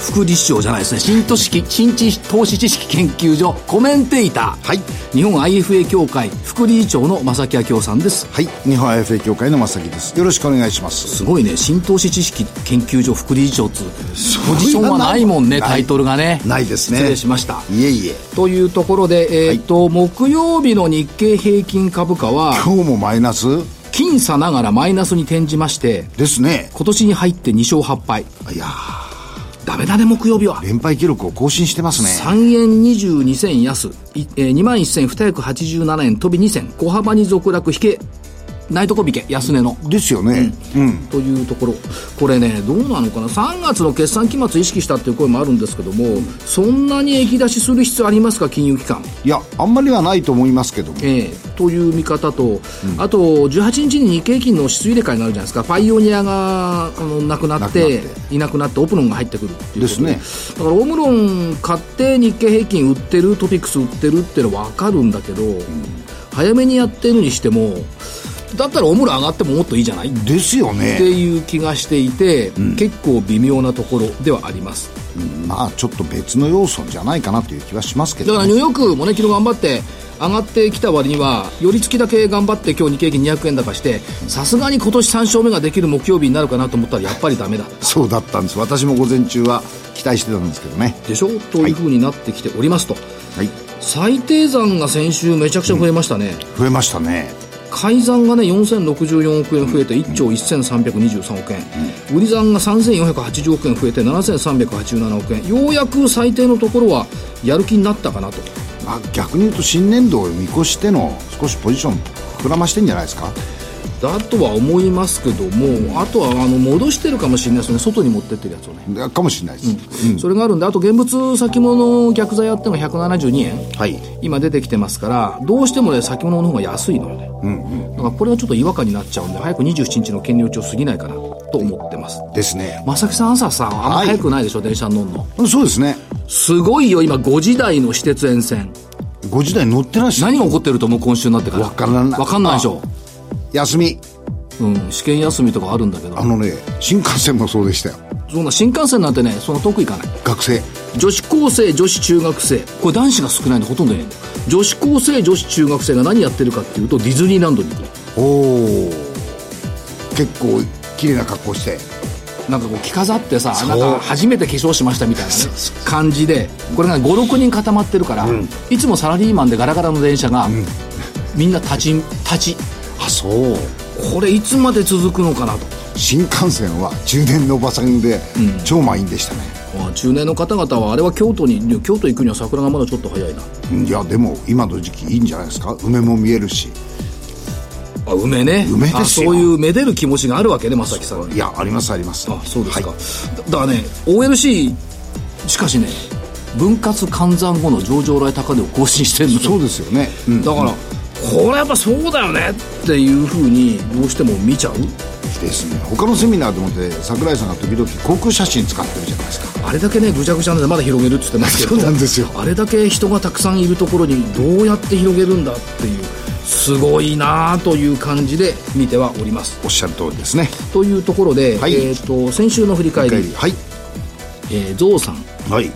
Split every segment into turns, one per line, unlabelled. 副理事長じゃないですね新投資知識新知投資知識研究所コメンテーター、
はい
日本 IFA 協会副理事長の正木明夫さんです
はい日本 IFA 協会の正木ですよろしくお願いします
すごいね新投資知識研究所副理事長っつうポジションはないもんね
ない
タイトルがね
ないですね
失礼しました
いえいえ
というところで、えーっと木曜日の日経平均株価は
今日もマイナス
僅差ながらマイナスに転じまして
ですね
今年に入って2勝8敗
いやー
ダメだね木曜日は
連敗記録を更新してますね
3円22銭安いえー2万1287円飛び2銭小幅に続落引けないとこ引け安値の
ですよねうん、
というところこれねどうなのかな3月の決算期末意識したっていう声もあるんですけども、そんなに益出しする必要ありますか金融機関
いやあんまりはないと思いますけども
ええという見方と、あと18日に日経平均の指数入れ替えになるじゃないですかパイオニアがあのなくなって
なくなっ
いなくなってオプロンが入ってくるっていうこと
です
だからオムロン買って日経平均売ってるトピックス売ってるってのは分かるんだけど、早めにやってるにしてもだったらオムロン上がってももっといいじゃないっ
ですよ
て
ね
いう気がしていて、結構微妙なところではあります
うんまあちょっと別の要素じゃないかなという気はしますけ
だか
ど、
ら
ね、
ニューヨークもね、昨日頑張って、上がってきた割には、寄り付きだけ頑張って、今日日経平均200円高して、さすがに今年3勝目ができる木曜日になるかなと思ったら、やっぱりダメだ。
そうだったんです私も午前中は期待してたんですけどね
でしょというふうになってきておりますと。
はい
最低算が先週めちゃくちゃ増えましたね。
増えましたね
改ざんがね4064億円増えて1兆1323億円、売り算が3480億円増えて7387億円ようやく最低のところはやる気になったかなと
まあ逆に言うと新年度を見越しての少しポジション膨らましてんじゃないですか
だとは思いますけども、あとはあの戻してるかもしれないですよね外に持ってってるやつをね、
かもしれないです、うん
それがあるんであと現物先物逆剤やってのが172円
はい
今出てきてますからどうしてもね先物の方が安いのよね、だからこれはちょっと違和感になっちゃうんで早く27日の権利落ちを過ぎないかなと思ってます
ですね
正木さん朝さあんま
はい
早くないでしょ、電車に乗んの
そうですね
すごいよ今5時台の私鉄沿線
ご時代乗ってらっしゃる
何が起こってると思う今週になってから
わからない
わかんないでしょ
休み
うん試験休みとかあるんだけど
あのね新幹線もそうでしたよ
そんな新幹線なんてねそんな遠く行かない
学生
女子高生女子中学生これ男子が少ないんでほとんどいないんだよ女子高生女子中学生が何やってるかっていうとディズニーランドに行く
おお結構綺麗な格好して
なんかこう着飾ってさ
そう
なんか初めて化粧しましたみたいな、ね、感じでこれが56人固まってるから、いつもサラリーマンでガラガラの電車が、みんな立ち立ち
あそう
これいつまで続くのかなと
新幹線は中年のおばさんで超満員でしたね、
まあ中年の方々はあれは京都に京都行くには桜がまだちょっと早いな
うんいやでも今の時期いいんじゃないですか梅も見えるし
あ梅ね
梅ですよ
あそういうめでる気持ちがあるわけね正木さんに
いやありますあります
あそうですか、
はい
だからね OLC しかしね分割換算後の上場来高値を更新してるの
そうですよね、うん
だからこれやっぱそうだよねっていうふうにどうしても見ちゃう
ですね他のセミナーでもって桜井さんが時々航空写真使ってるじゃないですか
あれだけねぐちゃぐちゃなんでまだ広げるって言ってますけど
そうなんですよ
あれだけ人がたくさんいるところにどうやって広げるんだっていうすごいなあという感じで見てはおります
おっしゃる通りですね
というところで、
はい
えー、と先週の振り返り、
はい
えー、ゾウさん
はい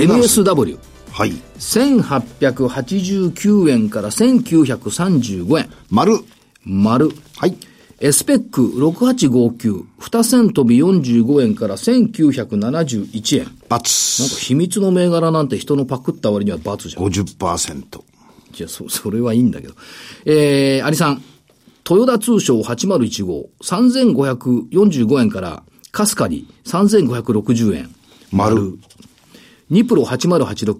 9739NSW
はい
1889円から1935円。
丸
丸。
はい
エスペック6859、二千飛び45円から1971円。
×
なんか秘密の銘柄なんて人のパクった割には罰じゃん。
50%
いや、そ、それはいいんだけど。えー、アリさん。豊田通商8015、3545円から、カスカリ3560円。
丸
ニプロ8086、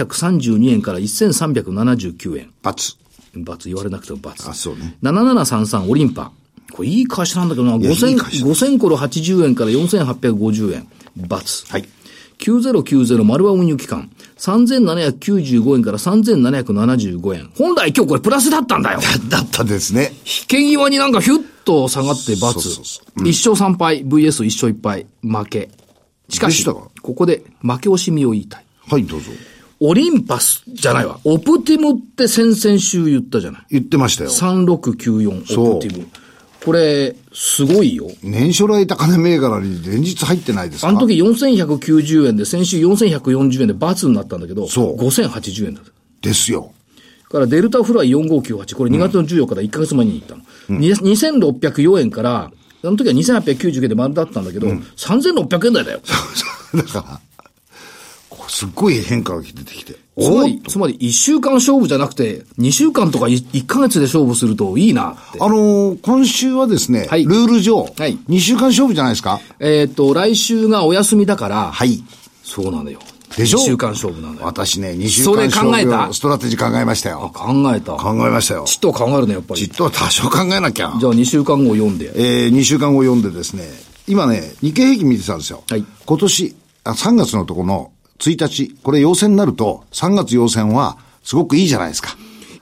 1432円から1379円。
×
罰言われなくても罰。
あそうね
7733オリンパ。これいい会社なんだけどな。
やいい
5000、
会社
五千コロ80円から4850円。罰。
はい
9090丸は運輸機関。 3795円から3775円。本来今日これプラスだった んだよ。
だったですね。
危険際になんかヒュッと下がって
そうそう
罰
そ。
一勝三敗、VS 一勝一敗、負け。しか
でし
し、
たか
ここで負け惜しみを言いたい。
はい、どうぞ。
オリンパスじゃないわ。オプティムって先々週言ったじゃない。
言ってましたよ。
3694
そう
オプティム。これ、すごいよ。
年初来高値銘柄に連日入ってないですか
あの時4190円で、先週4140円で罰になったんだけど、
そう
5080円だった。
ですよ。
からデルタフライ4598、これ2月の14日から1ヶ月前に行ったの。に2604円から、あの時は2890円で丸だったんだけど、3600円台だよ。
だから、こうすっごい変化が出てきて。
つまり、つまり1週間勝負じゃなくて、2週間とか1ヶ月で勝負するといいなって。
あのー今週はですね、
はい
ルール上、
はい
2週間勝負じゃないですか。
えっ、と、来週がお休みだから、
はい。
そうなのよ。
でしょ
2週間勝負なのよ。
私ね、2週間勝負
それ考えた
ストラテジー考えました
あ
よ。
考えた。
考えましたよ。
ちっとは考えるね、やっぱ
じっ
り。
とは多少考えなきゃ。
じゃあ2週間後を読んで。
えー、2週間後読んでですね、今ね、日経平均見てたんですよ。
はい
今年、あ、3月のとこの1日、これ陽線になると、3月陽線はすごくいいじゃないですか。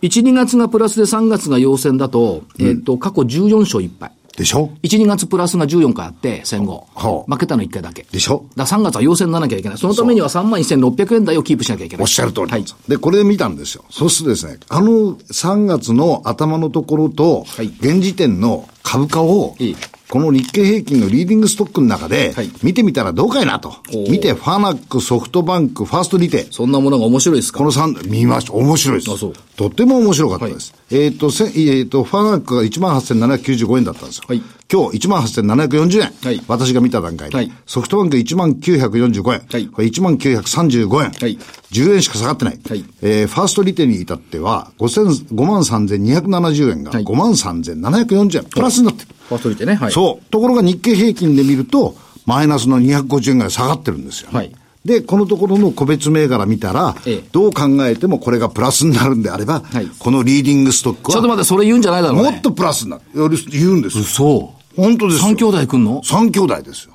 1、2月がプラスで3月が陽線だと、えっ、と、過去14勝1敗。
でしょ
1、2月プラスが14回あって、戦後。
ほう
負けたの1回だけ。
でしょ
だから3月は陽線にならなきゃいけない。そのためには3万1600円台をキープしなきゃいけない。
おっしゃる通り、
はい。
で、これ見たんですよ。そうするとですね、あの3月の頭のところと、
はい
現時点の株価を、
ええ
この日経平均のリーディングストックの中で
はい、
見てみたらどうかいなと。
おー
見て、ファナック、ソフトバンク、ファーストリテ、
そんなものが面白いですか
この3、見ました。面白いです。
あそう
とっても面白かったです。えっ、と、せえっ、と、ファナックが18,795円だったんですよ。
はい
今日18,740円。
はい
私が見た段階で。
はい
ソフトバンク19,945円。
はい
これ19,935円。
はい
10円しか下がってない。
はい
えーファーストリテに至っては、5,000 53,270円が
はい
53,740円。プラスになってる。
ファーストリテね。はい。
そう。ところが日経平均で見ると、マイナスの250円ぐらい下がってるんですよ。
はい
で、このところの個別銘柄見たら、
ええ
どう考えてもこれがプラスになるんであれば、
はい
このリーディングストック
ちょっと
は、
待って、それ言うんじゃないだろう、ね。
もっとプラスになる。より言うんですよ。
嘘。
本当ですよ。
三兄弟来んの
三兄弟ですよ。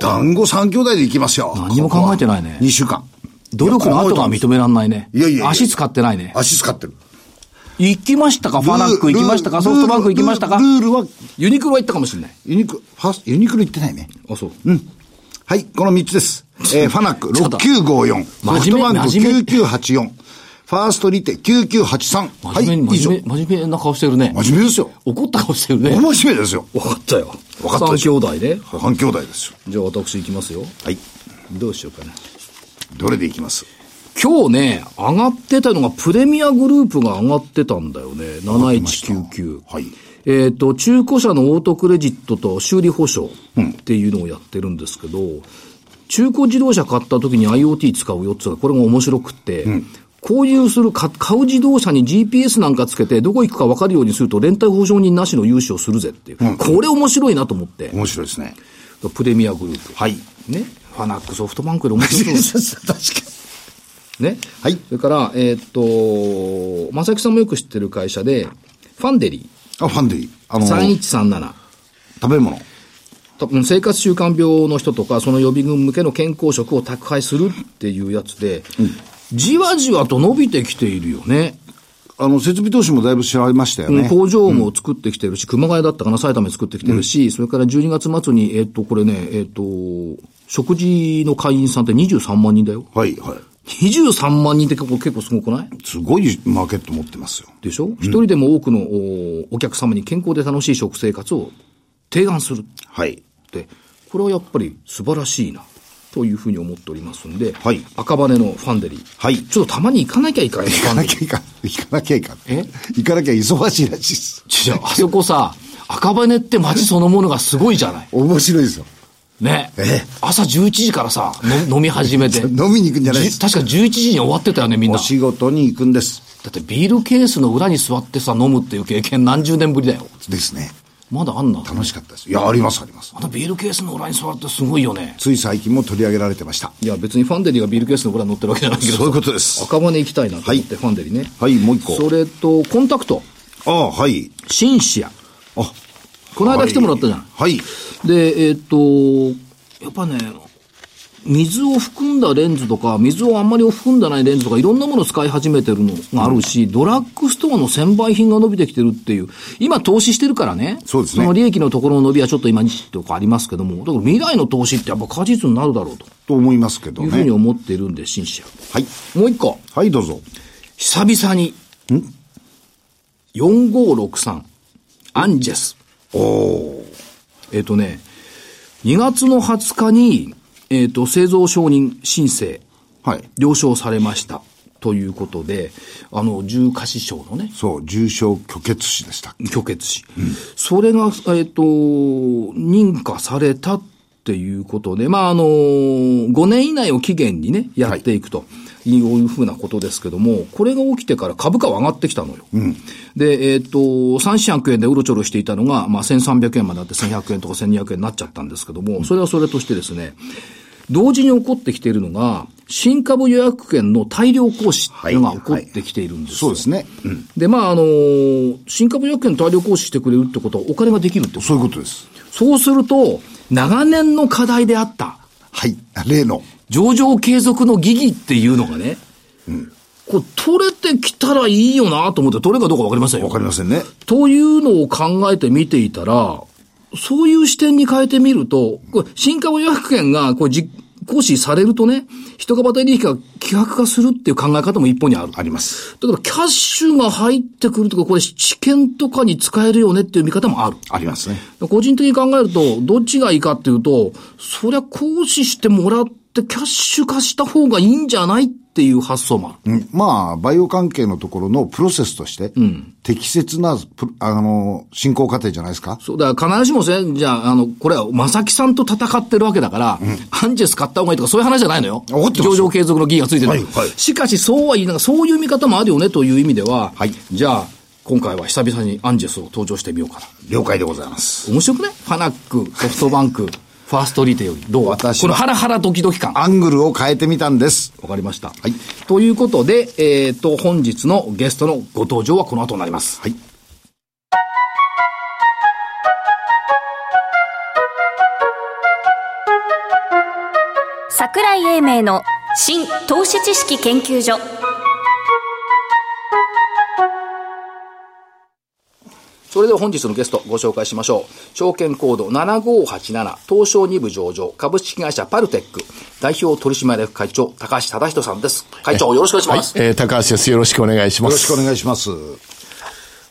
団子三兄弟でいきますよ。
何も考えてないね
2週間。
努力の後が認めらんないね。
いやいやいや
足使ってないね。
足使ってる。
行きましたかファナック行きましたか
ルー
ソフトバンク行きましたか
ルールルールは、
ユニクロは行ったかもしれない。
ユニクロ、ファースト、ユニクロ行ってないね。
あ、そう。
はい、この3つです。 えー、ファナック
ちょっと
6954、ソフ
真
トバ
面
ン
目
ク9984、ファーストリテ9983。はい、
真面目に、
以
真
上。
面目、真面目な顔してるね。
真面目ですよ。
怒った顔してるね。
面白いですよ。
わかったよ。
わかった
三兄
でしょ
弟ね。
半兄弟ですよ。
じゃあ私行きますよ。
はい。
どうしようかな。
どれでいきます
今日ね、上がってたのが、プレミアグループが上がってたんだよね。7199。
はい。
えっ、と、中古車のオートクレジットと修理保証っていうのをやってるんですけど、中古自動車買った時に IoT 使うよっつうのはこれが面白くって、購入するか、買う自動車に GPS なんかつけて、どこ行くか分かるようにすると、連帯保証人なしの融資をするぜっていう。これ面白いなと思って、
面白いですね。
プレミアグループ。
はい。
ね。ファナックソフトバンクより面白い。
確か
ね。
はい
それから、えーっと、正木さんもよく知ってる会社で、ファンデリ
あ、ファンデリー。あ
ー、
の、食
3137。
べ物。
多分生活習慣病の人とか、その予備軍向けの健康食を宅配するっていうやつで、じわじわと伸びてきているよね。
あの、設備投資もだいぶ調べましたよ
うん
ね。
工場も作ってきてるし、熊谷だったかな、埼玉に作ってきてるし、それから12月末に、えーっと、これね、えーっと、食事の会員さんって23万人だよ。
はい、はい。
23万人って結構結構すごくない
すごいマーケット持ってますよ。
でしょ一人でも多くのおお客様に健康で楽しい食生活を提案するっ
はい。
て、これはやっぱり素晴らしいな、というふうに思っておりますんで、
はい
赤羽のファンデリー。
はい
ちょっとたまに行かなきゃいかない。
行かなきゃいかん。行かなきゃいかん。
え
行かなきゃ忙しいらし いです。
じゃあ、あそこさ、赤羽って街そのものがすごいじゃない。
面白いですよ。
ね。
ええ
朝11時からさ、の飲み始めて。じゅ
飲みに行くんじゃないです
確か11時に終わってたよね、みん
お
な。
仕事に行くんです。
だってビールケースの裏に座ってさ、飲むっていう経験何十年ぶりだよ。
ですね。
まだあんな。
楽しかったです。いや、ありますあります。
あのビールケースの裏に座るってすごいよね。
つい最近も取り上げられてました。
いや、別にファンデリーがビールケースの裏に乗ってるわけじゃないけど。
そういうことです
赤羽行きたいなと思って、ファンデリーね。
はい、もう一個。
それと、コンタクト。
ああ、はい。
シンシア。
あ、
この間来てもらったじゃん。
はい。
で、えーっと、やっぱね、水を含んだレンズとか、水をあんまり含んでないレンズとか、いろんなものを使い始めてるのがあるし、ドラッグストアの専売品が伸びてきてるっていう、今投資してるからね。
そうですね
の利益のところの伸びはちょっと今日とかありますけども、だから未来の投資ってやっぱ果実になるだろうと
と思いますけど
いうふうに
ね。
思っているんで、信じちゃ
はい。
う。もう一個。
はい、どうぞ。
久々に。4563。アンジェス。おえっ、とね、2月の20日に、えっ、と、製造承認申請、
はい。
了承されました。ということで、あの、重過死症のね、
そう、重症虚血死でした。
虚血死。それが、えっ、と、認可されたっていうことで、まあ、あの、5年以内を期限にね、やっていくと。いいうふうなことですけども、これが起きてから株価は上がってきたのよ。で、えっ、と、3四半円でうろちょろしていたのが、まあ、1300円まであって1100円とか1200円になっちゃったんですけども、それはそれとしてですね、同時に起こってきているのが、新株予約権の大量行使っていうのが起こってきているんですよ。
そうですね。うん。
で、まあ、あの新株予約権大量行使してくれるってことはお金ができるってこと。
そういうことです。
そうすると、長年の課題であった、
はい。例の。
上場継続の疑義っていうのがね、これ取れてきたらいいよなと思って、取れるかどうかわかりませんよ。
わかりませんね。
というのを考えて見ていたら、そういう視点に変えてみると、これ新株予約権がこう実行使されるとね、一株当たり利益が希薄化するっていう考え方も一方にある。
あります。
だからキャッシュが入ってくるとか、これ知見とかに使えるよねっていう見方もある。
ありますね。
個人的に考えると、どっちがいいかっていうと、そりゃ行使してもらってキャッシュ化した方がいいんじゃないっていう発想もある。
うん、まあ、バイオ関係のところのプロセスとして、適切なプロ、あの、進行過程じゃないですか。
そう、だから必ずしもせ、じゃあ、あの、これは、正木さんと戦ってるわけだから、アンジェス買った方がいいとか、そういう話じゃないのよ。
わかってます
上場継続の議員がついてる。
はいはい
しかし、そうは言いながら、そういう見方もあるよねという意味では、
はい
じゃあ、今回は久々にアンジェスを登場してみようかな。
了解でございます。
面白くないファナック、ソフトバンク、 ファーストリテより。どう
私
このハラハラドキドキ感。
アングルを変えてみたんです。
わかりました。
い
ということで、えっ、と、本日のゲストのご登場はこの後になります。
はい。
桜井英明の新投資知識研究所
それでは本日のゲストご紹介しましょう。証券コード7587、東証2部上場、株式会社パルテック、代表取締役会長、高橋忠人さんです。会長、よろしくお願いします。
えー高橋です。よろしくお願いし
よ
ま
ろ
す。
しくお願いします。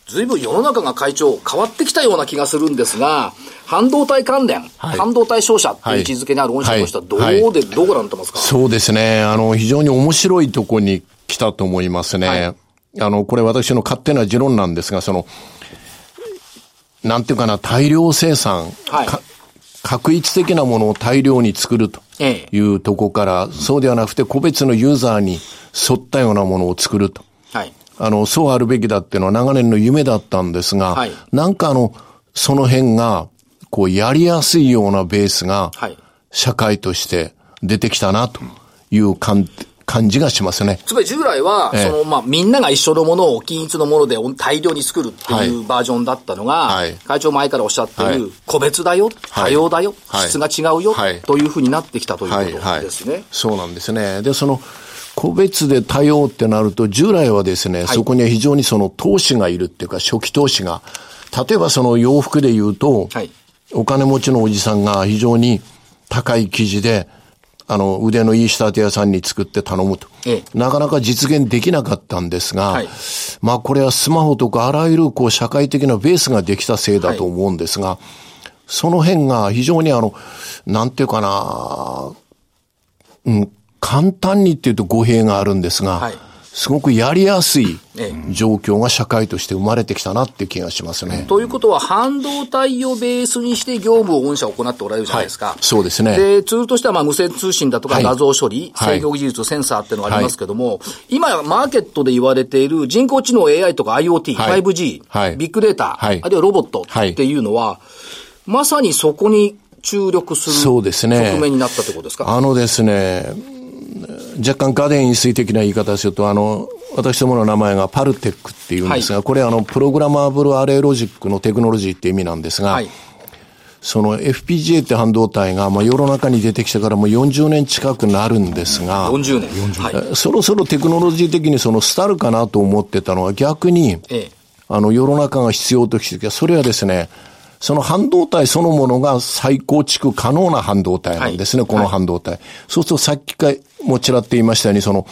随分世の中が会長変わってきたような気がするんですが、半導体関連、
はい
半導体商社っていう位置づけにある御社としてはどうで、
はいはい
どうご覧になってますか
そうですね。あの、非常に面白いとこに来たと思いますね。
はい
あの、これ私の勝手な持論なんですが、その、なんていうかな、大量生産。
はい
か確一的なものを大量に作ると
ええ
いうとこから、そうではなくて個別のユーザーに沿ったようなものを作ると。
はい。
あの、そうあるべきだっていうのは長年の夢だったんですが、
はい
なんかあの、その辺が、こう、やりやすいようなベースが、
はい
社会として出てきたな、という感、感じがしますね。
つまり従来は、
ええ
そのまあ、みんなが一緒のものを均一のもので大量に作るって
はい
いうバージョンだったのが、
はい
会長前からおっしゃってい
はい
る、個別だよ、多様だよ、
はい
質が違うよ、
はい
というふうになってきたというこ
はい、
と
はい
ですね。。
そうなんですね。で、その、個別で多様ってなると、従来はですね、そこには非常にその投資がいるっていうか、初期投資が。例えばその洋服で言うと、
はい
お金持ちのおじさんが非常に高い生地で、あの、腕のいい仕立て屋さんに作って頼むと。
え
なかなか実現できなかったんですが、
はい
まあこれはスマホとかあらゆるこう社会的なベースができたせいだと思うんですが、その辺が非常にあの、なんていうかな、うん、簡単にっていうと語弊があるんですが、
はい
すごくやりやすい
え
状況が社会として生まれてきたなっていう気がしますね。
ということは、半導体をベースにして業務を御社行っておられるじゃないですか。
はいそうですね
で、ツールとしては、まあ、無線通信だとか
はい
画像処理、
はい
制御技術、センサーっていうのがありますけども、今、マーケットで言われている人工知能 AI とか IoT、
はい
5G、
はい
ビッグデータ、
はい
あるいはロボットっていうのは、まさにそこに注力する
そうですね
側面になったということですか。
あのですね、若干ガデン飲水的な言い方をすると、あの、私どもの名前がパルテックっていうんですが、これあの、プログラマブルアレイロジックのテクノロジーって意味なんですが、
はい。
その FPGA って半導体が、まあ、世の中に出てきてからもう40年近くなるんですが、
40年。はい。
そろそろテクノロジー的にその廃るかなと思ってたのは逆に、
ええ
あの世の中が必要としてきた、それはですね、その半導体そのものが再構築可能な半導体なんですね、
はい
この半導体。そうするとさっきかもちらって言いましたように、その、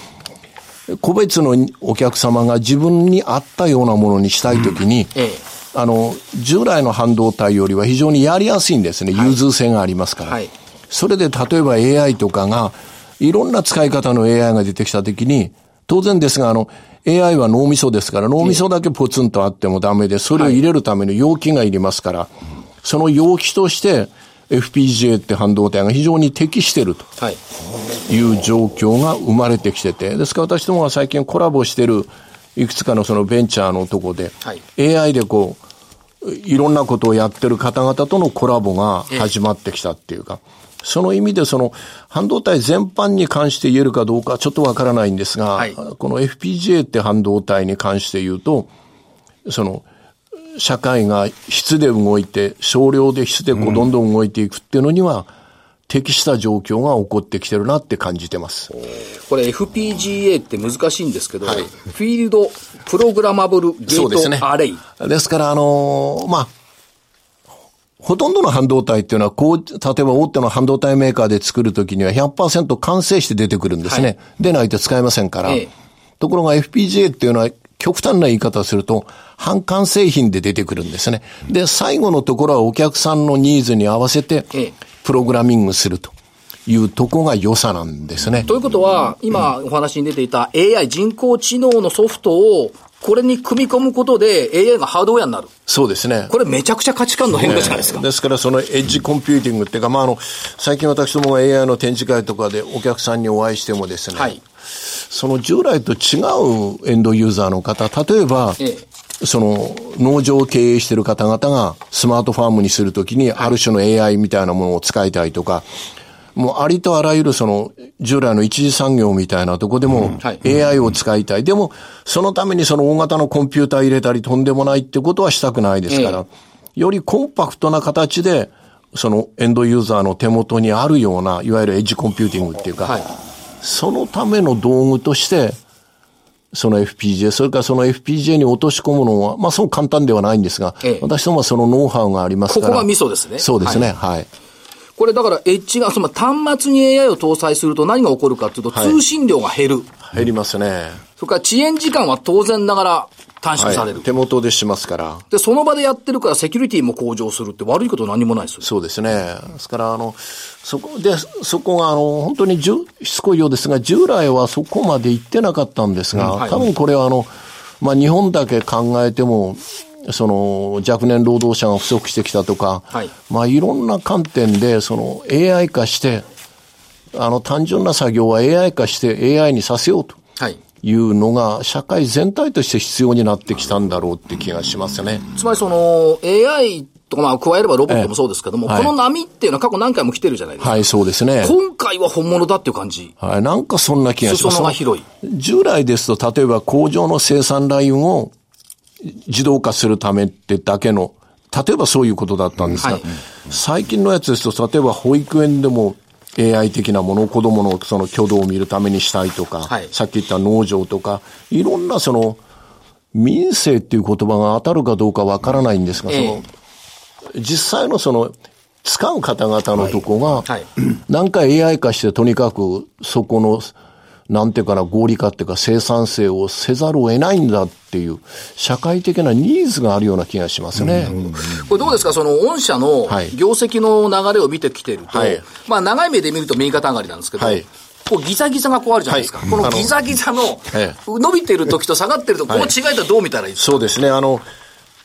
個別のお客様が自分に合ったようなものにしたいときに、
ええ
あの、従来の半導体よりは非常にやりやすいんですね。融通性がありますから。
はい
それで例えば AI とかが、いろんな使い方の AI が出てきたときに、当然ですが、あの、AI は脳みそですから、脳みそだけポツンとあってもダメで、それを入れるための容器がいりますから、その容器として、FPGA って半導体が非常に適してると。
はい。
いう状況が生まれてきてて、ですから私どもは最近コラボしてるいくつかのそのベンチャーのとこで、
はい
AI でこう、いろんなことをやってる方々とのコラボが始まってきたっていうか、その意味でその半導体全般に関して言えるかどうかはちょっとわからないんですが、
はい
この FPGA って半導体に関して言うと、その、社会が質で動いて、少量で質でこうどんどん動いていくっていうのには、適した状況が起こってきてるなって感じてます。
これ FPGA って難しいんですけど、フィールドプログラマブルゲ
そうです
ー
ね
トアレイ。。
ですから、あのーまあ、ほとんどの半導体っていうのは、こう、例えば大手の半導体メーカーで作るときには100%完成して出てくるんですね。
はい
でないと使えませんから。
ええ
ところが FPGA っていうのは、極端な言い方をすると、半完成品で出てくるんですね。で、最後のところはお客さんのニーズに合わせて
ええ、
プログラミングするというとこが良さなんですね。
ということは、今お話に出ていた AI 人工知能のソフトを、これに組み込むことで AI がハードウェアになる。
そうですね。
これめちゃくちゃ価値観の変化じゃないですか。
ええですから、そのエッジコンピューティングっていうか、まあ、あの、最近私どもが AI の展示会とかでお客さんにお会いしてもですね、
はい。
その従来と違うエンドユーザーの方、例えば、
え
その農場を経営している方々がスマートファームにするときに、ある種の AI みたいなものを使いたいとか、もうありとあらゆるその従来の一次産業みたいなとこでも
はい
AI を使いたい。でも、そのためにその大型のコンピューター入れたりとんでもないってことはしたくないですから、よりコンパクトな形で、そのエンドユーザーの手元にあるような、いわゆるエッジコンピューティングっていうか、
はい。
そのための道具として、その FPGA、それからその FPGA に落とし込むのは、まあそう簡単ではないんですが、
ええ
私どもはそのノウハウがありますから。
ここがミソですね
そうですね、はい。
これだからエッジが、その端末に AI を搭載すると何が起こるかっていうと、
はい
通信量が減る。
減りますね。
それから遅延時間は当然ながら短縮される。
手元でしますから。
で、その場でやってるからセキュリティも向上するって悪いこと何もないですよ。
そうですね。ですから、あの、そこで、そこが、あの、本当にじゅしつこいようですが、従来はそこまで行ってなかったんですが、
うんはい
多分これは、あの、まあ、日本だけ考えても、その、若年労働者が不足してきたとか、
はい
まあ、いろんな観点で、その、AI 化して、あの、単純な作業は AI 化して AI にさせようと。
はい。
いうのが社会全体として必要になってきたんだろうって気がしますね。
つまりその AI とかまあ加えればロボットもそうですけども、
ええはい
この波っていうのは過去何回も来てるじゃないですか。
はい、そうですね。
今回は本物だっていう感じ。
はい、なんかそんな気がします。
裾野が広い
従来ですと、例えば工場の生産ラインを自動化するためってだけの、例えばそういうことだったんですが、
はい
最近のやつですと、例えば保育園でも AI 的なものを子供のその挙動を見るためにしたいとか、
はい
さっき言った農場とか、いろんなその、民生っていう言葉が当たるかどうかわからないんですが、そ
え
の
え、
実際のその、使う方々のとこが、
はい
なんか AI 化してとにかくそこの、なんていうかな、合理化っていうか生産性をせざるを得ないんだっていう、社会的なニーズがあるような気がしますね。
これどうですかその御社の
はい
業績の流れを見てきてると、
はい
まあ長い目で見ると右肩上がりなんですけど、
はい
こうギザギザがこうあるじゃないですか。
はい
この
あの
ギザギザの
ええ
伸びてる時と下がってる時、この違いってどう見たらいいですか、
そうですね。あの、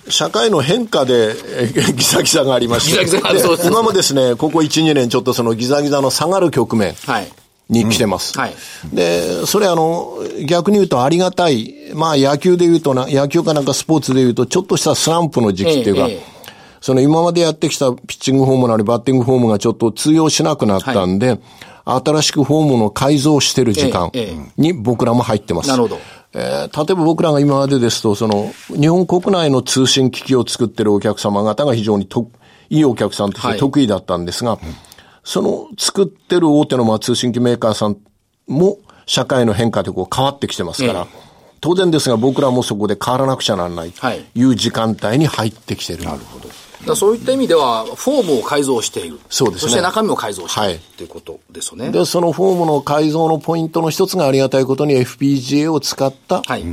社会の変化で えーギザギザがありまし
ギザ
て。
ギザがある
で
そうそう
今もですね、ここ1、2年ちょっとそのギザギザの下がる局面。
はい。
に来てます。
はい
で、それあの、逆に言うとありがたい。まあ野球で言うとな、野球かなんかスポーツで言うと、ちょっとしたスランプの時期っていうか、
ええええ
その今までやってきたピッチングフォームなりバッティングフォームがちょっと通用しなくなったんで、新しくフォームの改造してる時間
えええ
に僕らも入ってます。
なるほど
えー例えば僕らが今までですと、その、日本国内の通信機器を作ってるお客様方が非常にといいお客さんとして得意だったんですが、その作ってる大手のまあ通信機メーカーさんも社会の変化でこう変わってきてますから、
え
当然ですが僕らもそこで変わらなくちゃならないと
はい
いう時間帯に入ってきてる。なるほど。
だからそういった意味では、フォームを改造している。
そうですね
そして中身を改造している、
はい
ということですよね。
で、そのフォームの改造のポイントの一つがありがたいことに FPGA を使った
はい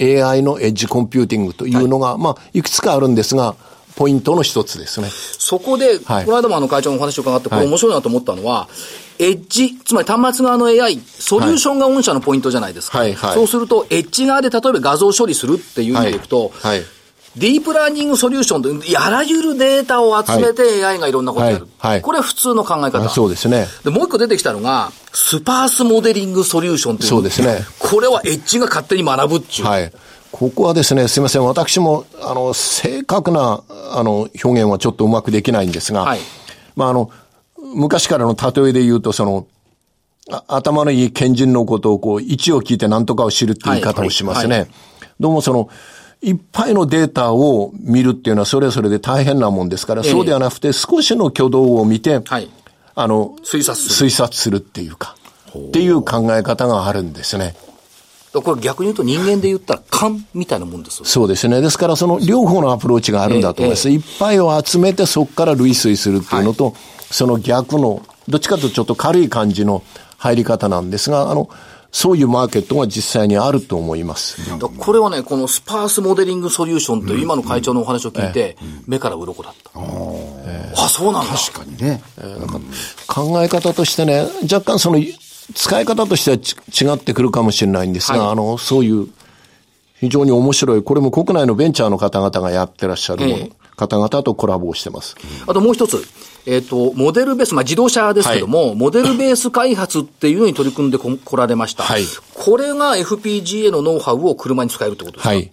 AI のエッジコンピューティングというのが、まあ、いくつかあるんですが、ポイントの一つですね。
そこで、
はい
この間もあの会長のお話を伺って、こ
は
れ
い
面白いなと思ったのは、エッジ、つまり端末側の AI、ソリューションが御社のポイントじゃないですか。
はいはい
そうすると、エッジ側で例えば画像処理するっていう意味でいくと、
はいはい
ディープラーニングソリューションという、あらゆるデータを集めて AI がいろんなことをやる。
はいはい
これは普通の考え方。
あそうですね。
で、もう一個出てきたのが、スパースモデリングソリューションという。
そうですね
これはエッジが勝手に学ぶっていう。
はい。ここはですね、すいません。私も、あの、正確な、あの、表現はちょっとうまくできないんですが、
はい
まあ、あの、昔からの例えで言うと、その、あ頭のいい賢人のことを、こう、一を聞いて何とかを知るっていう言い方をします
は
ね。
いは
どうもその、いっぱいのデータを見るっていうのはそれぞれで大変なもんですから、
ええ
そうではなくて少しの挙動を見て、
はい
あの、
推察す
推察するっていうか、っていう考え方があるんですね。
だからこれ逆に言うと人間で言ったら勘みたいなもんですよ。
そうですね。ですから、その両方のアプローチがあるんだと思います。
え
いっぱいを集めて、そこから類推するっていうのと、その逆の、どっちかというとちょっと軽い感じの入り方なんですが、あの、そういうマーケットが実際にあると思います。
だからこれはね、このスパースモデリングソリューションという今の会長のお話を聞いて、目から鱗だった。あ、そうなんだ。確かに。
ね。
考え方としてね、若干その、使い方としてはち違ってくるかもしれないんですが、
はい
あの、そういう、非常に面白い、これも国内のベンチャーの方々がやってらっしゃるもの
ええ
方々とコラボをしてます。
あともう一つ。えっ、と、モデルベース、まあ、自動車ですけども、モデルベース開発っていうのに取り組んでこ来られました。
はい
これが FPGA のノウハウを車に使えるってことですか
はい。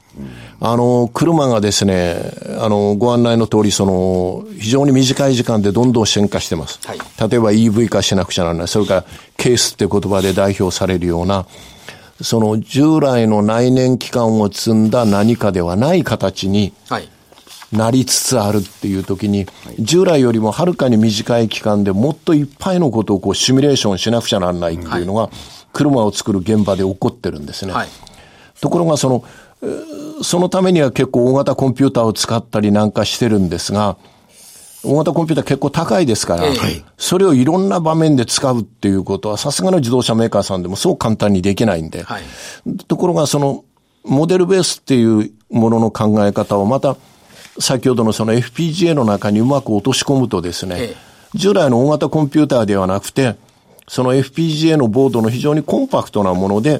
あの、車がですね、あの、ご案内の通り、その、非常に短い時間でどんどん進化してます。
はい
例えば EV 化しなくちゃならない。それから、ケースって言葉で代表されるような、その、従来の内燃機関を積んだ何かではない形に
はい。
なりつつあるっていう時に、従来よりもはるかに短い期間でもっといっぱいのことをこう、シミュレーションしなくちゃならないっていうのが、車を作る現場で起こってるんですね。
はい。
ところがその、えーそのためには結構大型コンピューターを使ったりなんかしてるんですが、大型コンピューター結構高いですから、
ええはい
それをいろんな場面で使うっていうことは、さすがの自動車メーカーさんでもそう簡単にできないんで、
はい
ところがその、モデルベースっていうものの考え方をまた、先ほどのその FPGA の中にうまく落とし込むとですね、
ええ
従来の大型コンピューターではなくて、その FPGA のボードの非常にコンパクトなもので、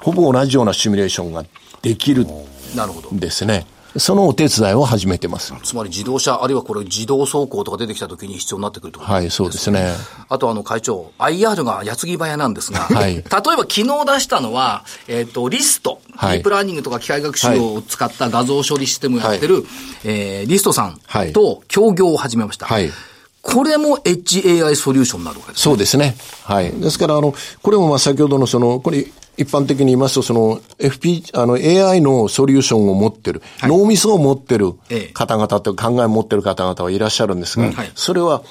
ほぼ同じようなシミュレーションができる
なるほど。
んですね。そのお手伝いを始めてます。
つまり自動車、あるいはこれ自動走行とか出てきた時に必要になってくるってこと
はい、そうですね。
あとあの会長、IR が矢継ぎ早なんですが、
はい
例えば昨日出したのは、えっ、と、リスト、
は
デ
い
ィープラーニングとか機械学習を使った画像処理システムをやってる、えーリストさん
はい
と協業を始めました。
はい
これも HAI ソリューションになるわけです。
そうですね。はい。ですから、あの、これもまあ先ほどのその、これ一般的に言いますと、その FP、あの AI のソリューションを持ってる、脳みそを持ってる
ええ
方々と考えを持ってる方々はいらっしゃるんですが、
はい
それは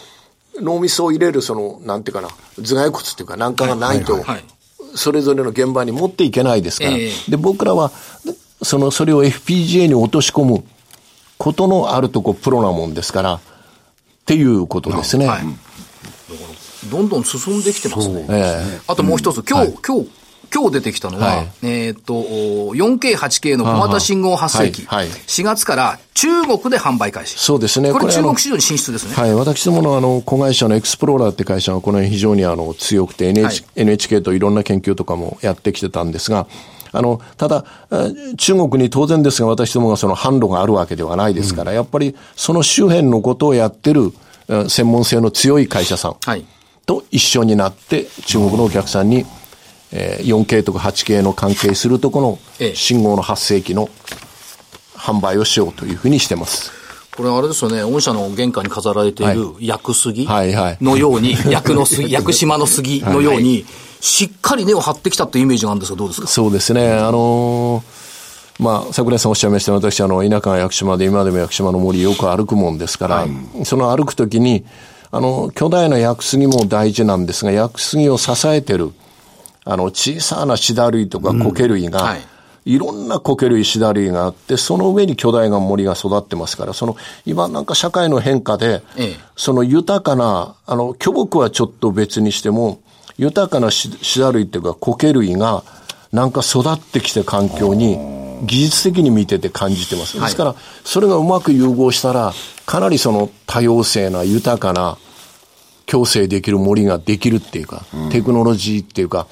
脳みそを入れるその、なんていうかな、頭蓋骨っていうかなんかがないと、
はいはい
それぞれの現場に持っていけないですから、
ええ
で、僕らは、その、それを FPGA に落とし込むことのあるとこプロなもんですから、っていうことですね。
はいどんどん進んできてますね。
ええ
あともう一つ、今日、今日、今日出てきたのは、
はい
えっ、と、お 4K、8K の小型信号発生機、
はいはい
4月から中国で販売開始。
そうですね
これ
これあ
中
の
国市場に進出ですね。
はい、私どものあの子会社のエクスプローラーって会社はこの辺非常にあの強くて NH、
はい
NHK といろんな研究とかもやってきてたんですが、あの、ただ、えー中国に当然ですが私どもがその販路があるわけではないですから、やっぱりその周辺のことをやってるえー専門性の強い会社さん
はい
と一緒になって中国のお客さんに、えー 4K とか 8K の関係するとこ
ええ
の信号の発生器の販売をしようというふうにしてます。
これあれですよね、御社の玄関に飾られている
は
薬杉
はいはい
のよう に、薬の杉、薬島の杉のように、しっかり根を張ってきたっていうイメージなんですが、どうですか
そうですね。あのーまあ、桜井さんおっしゃいました私、あの、田舎が屋久島で、今でも屋久島の森よく歩くもんですから、その歩くときに、あの、巨大な屋久杉も大事なんですが、屋久杉を支えてる、あの、小さなシダ類とか苔類が、
はい
いろんな苔類、シダ類があって、その上に巨大な森が育ってますから、その、今なんか社会の変化で、
ええ
その豊かな、あの、巨木はちょっと別にしても、豊かなシシダ類っていうか苔類が、なんか育ってきて環境に、技術的に見てて感じてます。ですから、それがうまく融合したら、かなりその多様性な豊かな、共生できる森ができるっていうか、テクノロジーっていうか、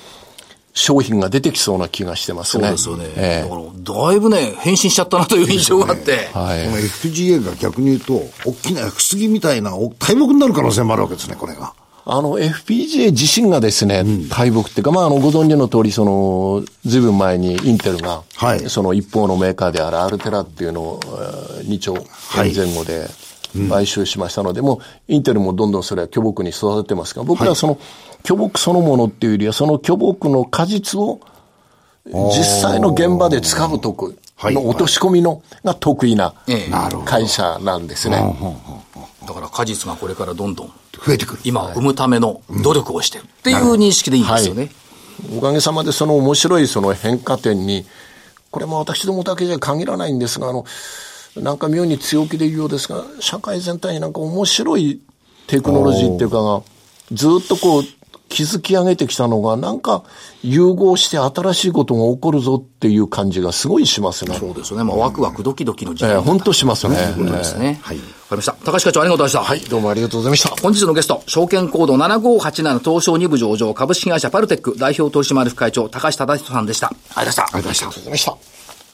商品が出てきそうな気がしてます
そう
ね。
ですよね。
ええ
だから、だいぶね、変身しちゃったなという印象があって。
はい
この FPGA が逆に言うと、大きな薬みたいなお大木になる可能性もあるわけですね、これが。
あの、FPGA 自身がですね、大木っていうか、まあ、あの、ご存知の通り、その、ずいぶん前にインテルが、
はい
その一方のメーカーであるアルテラっていうのを、えー2兆円前後で買収しましたので、もう、インテルもどんどんそれは巨木に育ててますが、僕らはその、巨木そのものっていうよりは、その巨木の果実を、実際の現場で使うとく、
はい
の落とし込みのが得意な
ええな
るほど
会社なんですね。
だから果実がこれからどんどん、
増えてくる。
今、生むための努力をしてるっていう認識でいいんですよね。
おかげさまでその面白いその変化点に、これも私どもだけじゃ限らないんですが、あの、なんか妙に強気で言うようですが、社会全体になんか面白いテクノロジーっていうかが、ずっとこう、築き上げてきたのが、なんか融合して新しいことが起こるぞっていう感じがすごいしますね。
そうですよね。まあ、ワクワクドキドキの時
え
代
え
だった
本当しますね。
ということですね。
はい
わかりました。高橋課長、ありがとうございました。
はい、どうもありがとうございました。
本日のゲスト、証券コード7587東証2部上場株式会社パルテック代表取締役会長、高橋忠人さんでした。ありがとうございました。
ありがとうございました。
ありがとうございました。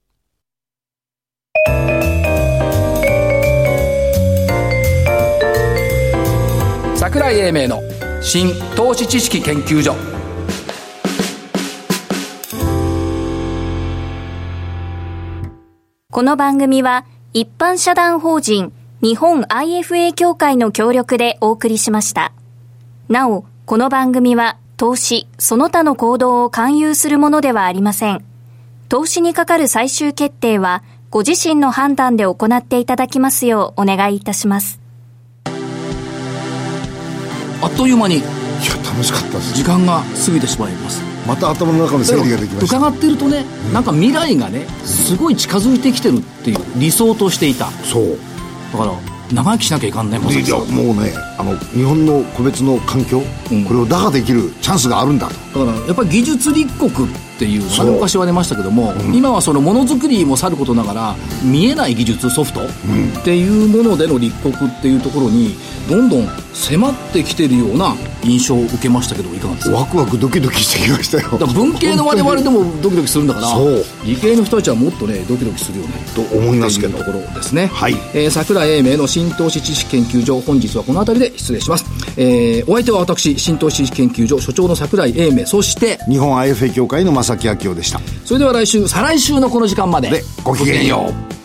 桜井英明の新投資知識研究所
この番組は一般社団法人日本 IFA 協会の協力でお送りしました。なお、この番組は投資、その他の行動を勧誘するものではありません。投資にかかる最終決定はご自身の判断で行っていただきますようお願いいたします。
あっという間に
いや、楽しかったです
時。間が過ぎてしまいます
また頭の中の整理ができました。
伺ってるとね、なんか未来がねすごい近づいてきてるっていう理想としていただ
そう。
から長生きしなきゃいかんねまさ
で
き
いや
さん
もうねあの日本の個別の環境、
うん
これを打破できるチャンスがあるんだと
だからやっぱり技術立国っていうのが
そう
昔はありましたけども、今はそのものづくりもさることながら見えない技術ソフトっていうものでの立国っていうところにどんどん迫ってきてるような印象を受けましたけどいかがですか
ワクワクドキドキしてきましたよ
だから文系の我々で
も
もドキドキするんだから
そう
理系の人たちはもっとねドキドキするよね
と思いますけど
というところですね
はい
えー桜井英明の新投資知識研究所本日はこの辺りで失礼します、えーお相手は私新投資知識研究所所長の桜井英明そして
日本 IFA 協会の正木明夫でした
それでは来週再来週のこの時間まで
でごきげんよう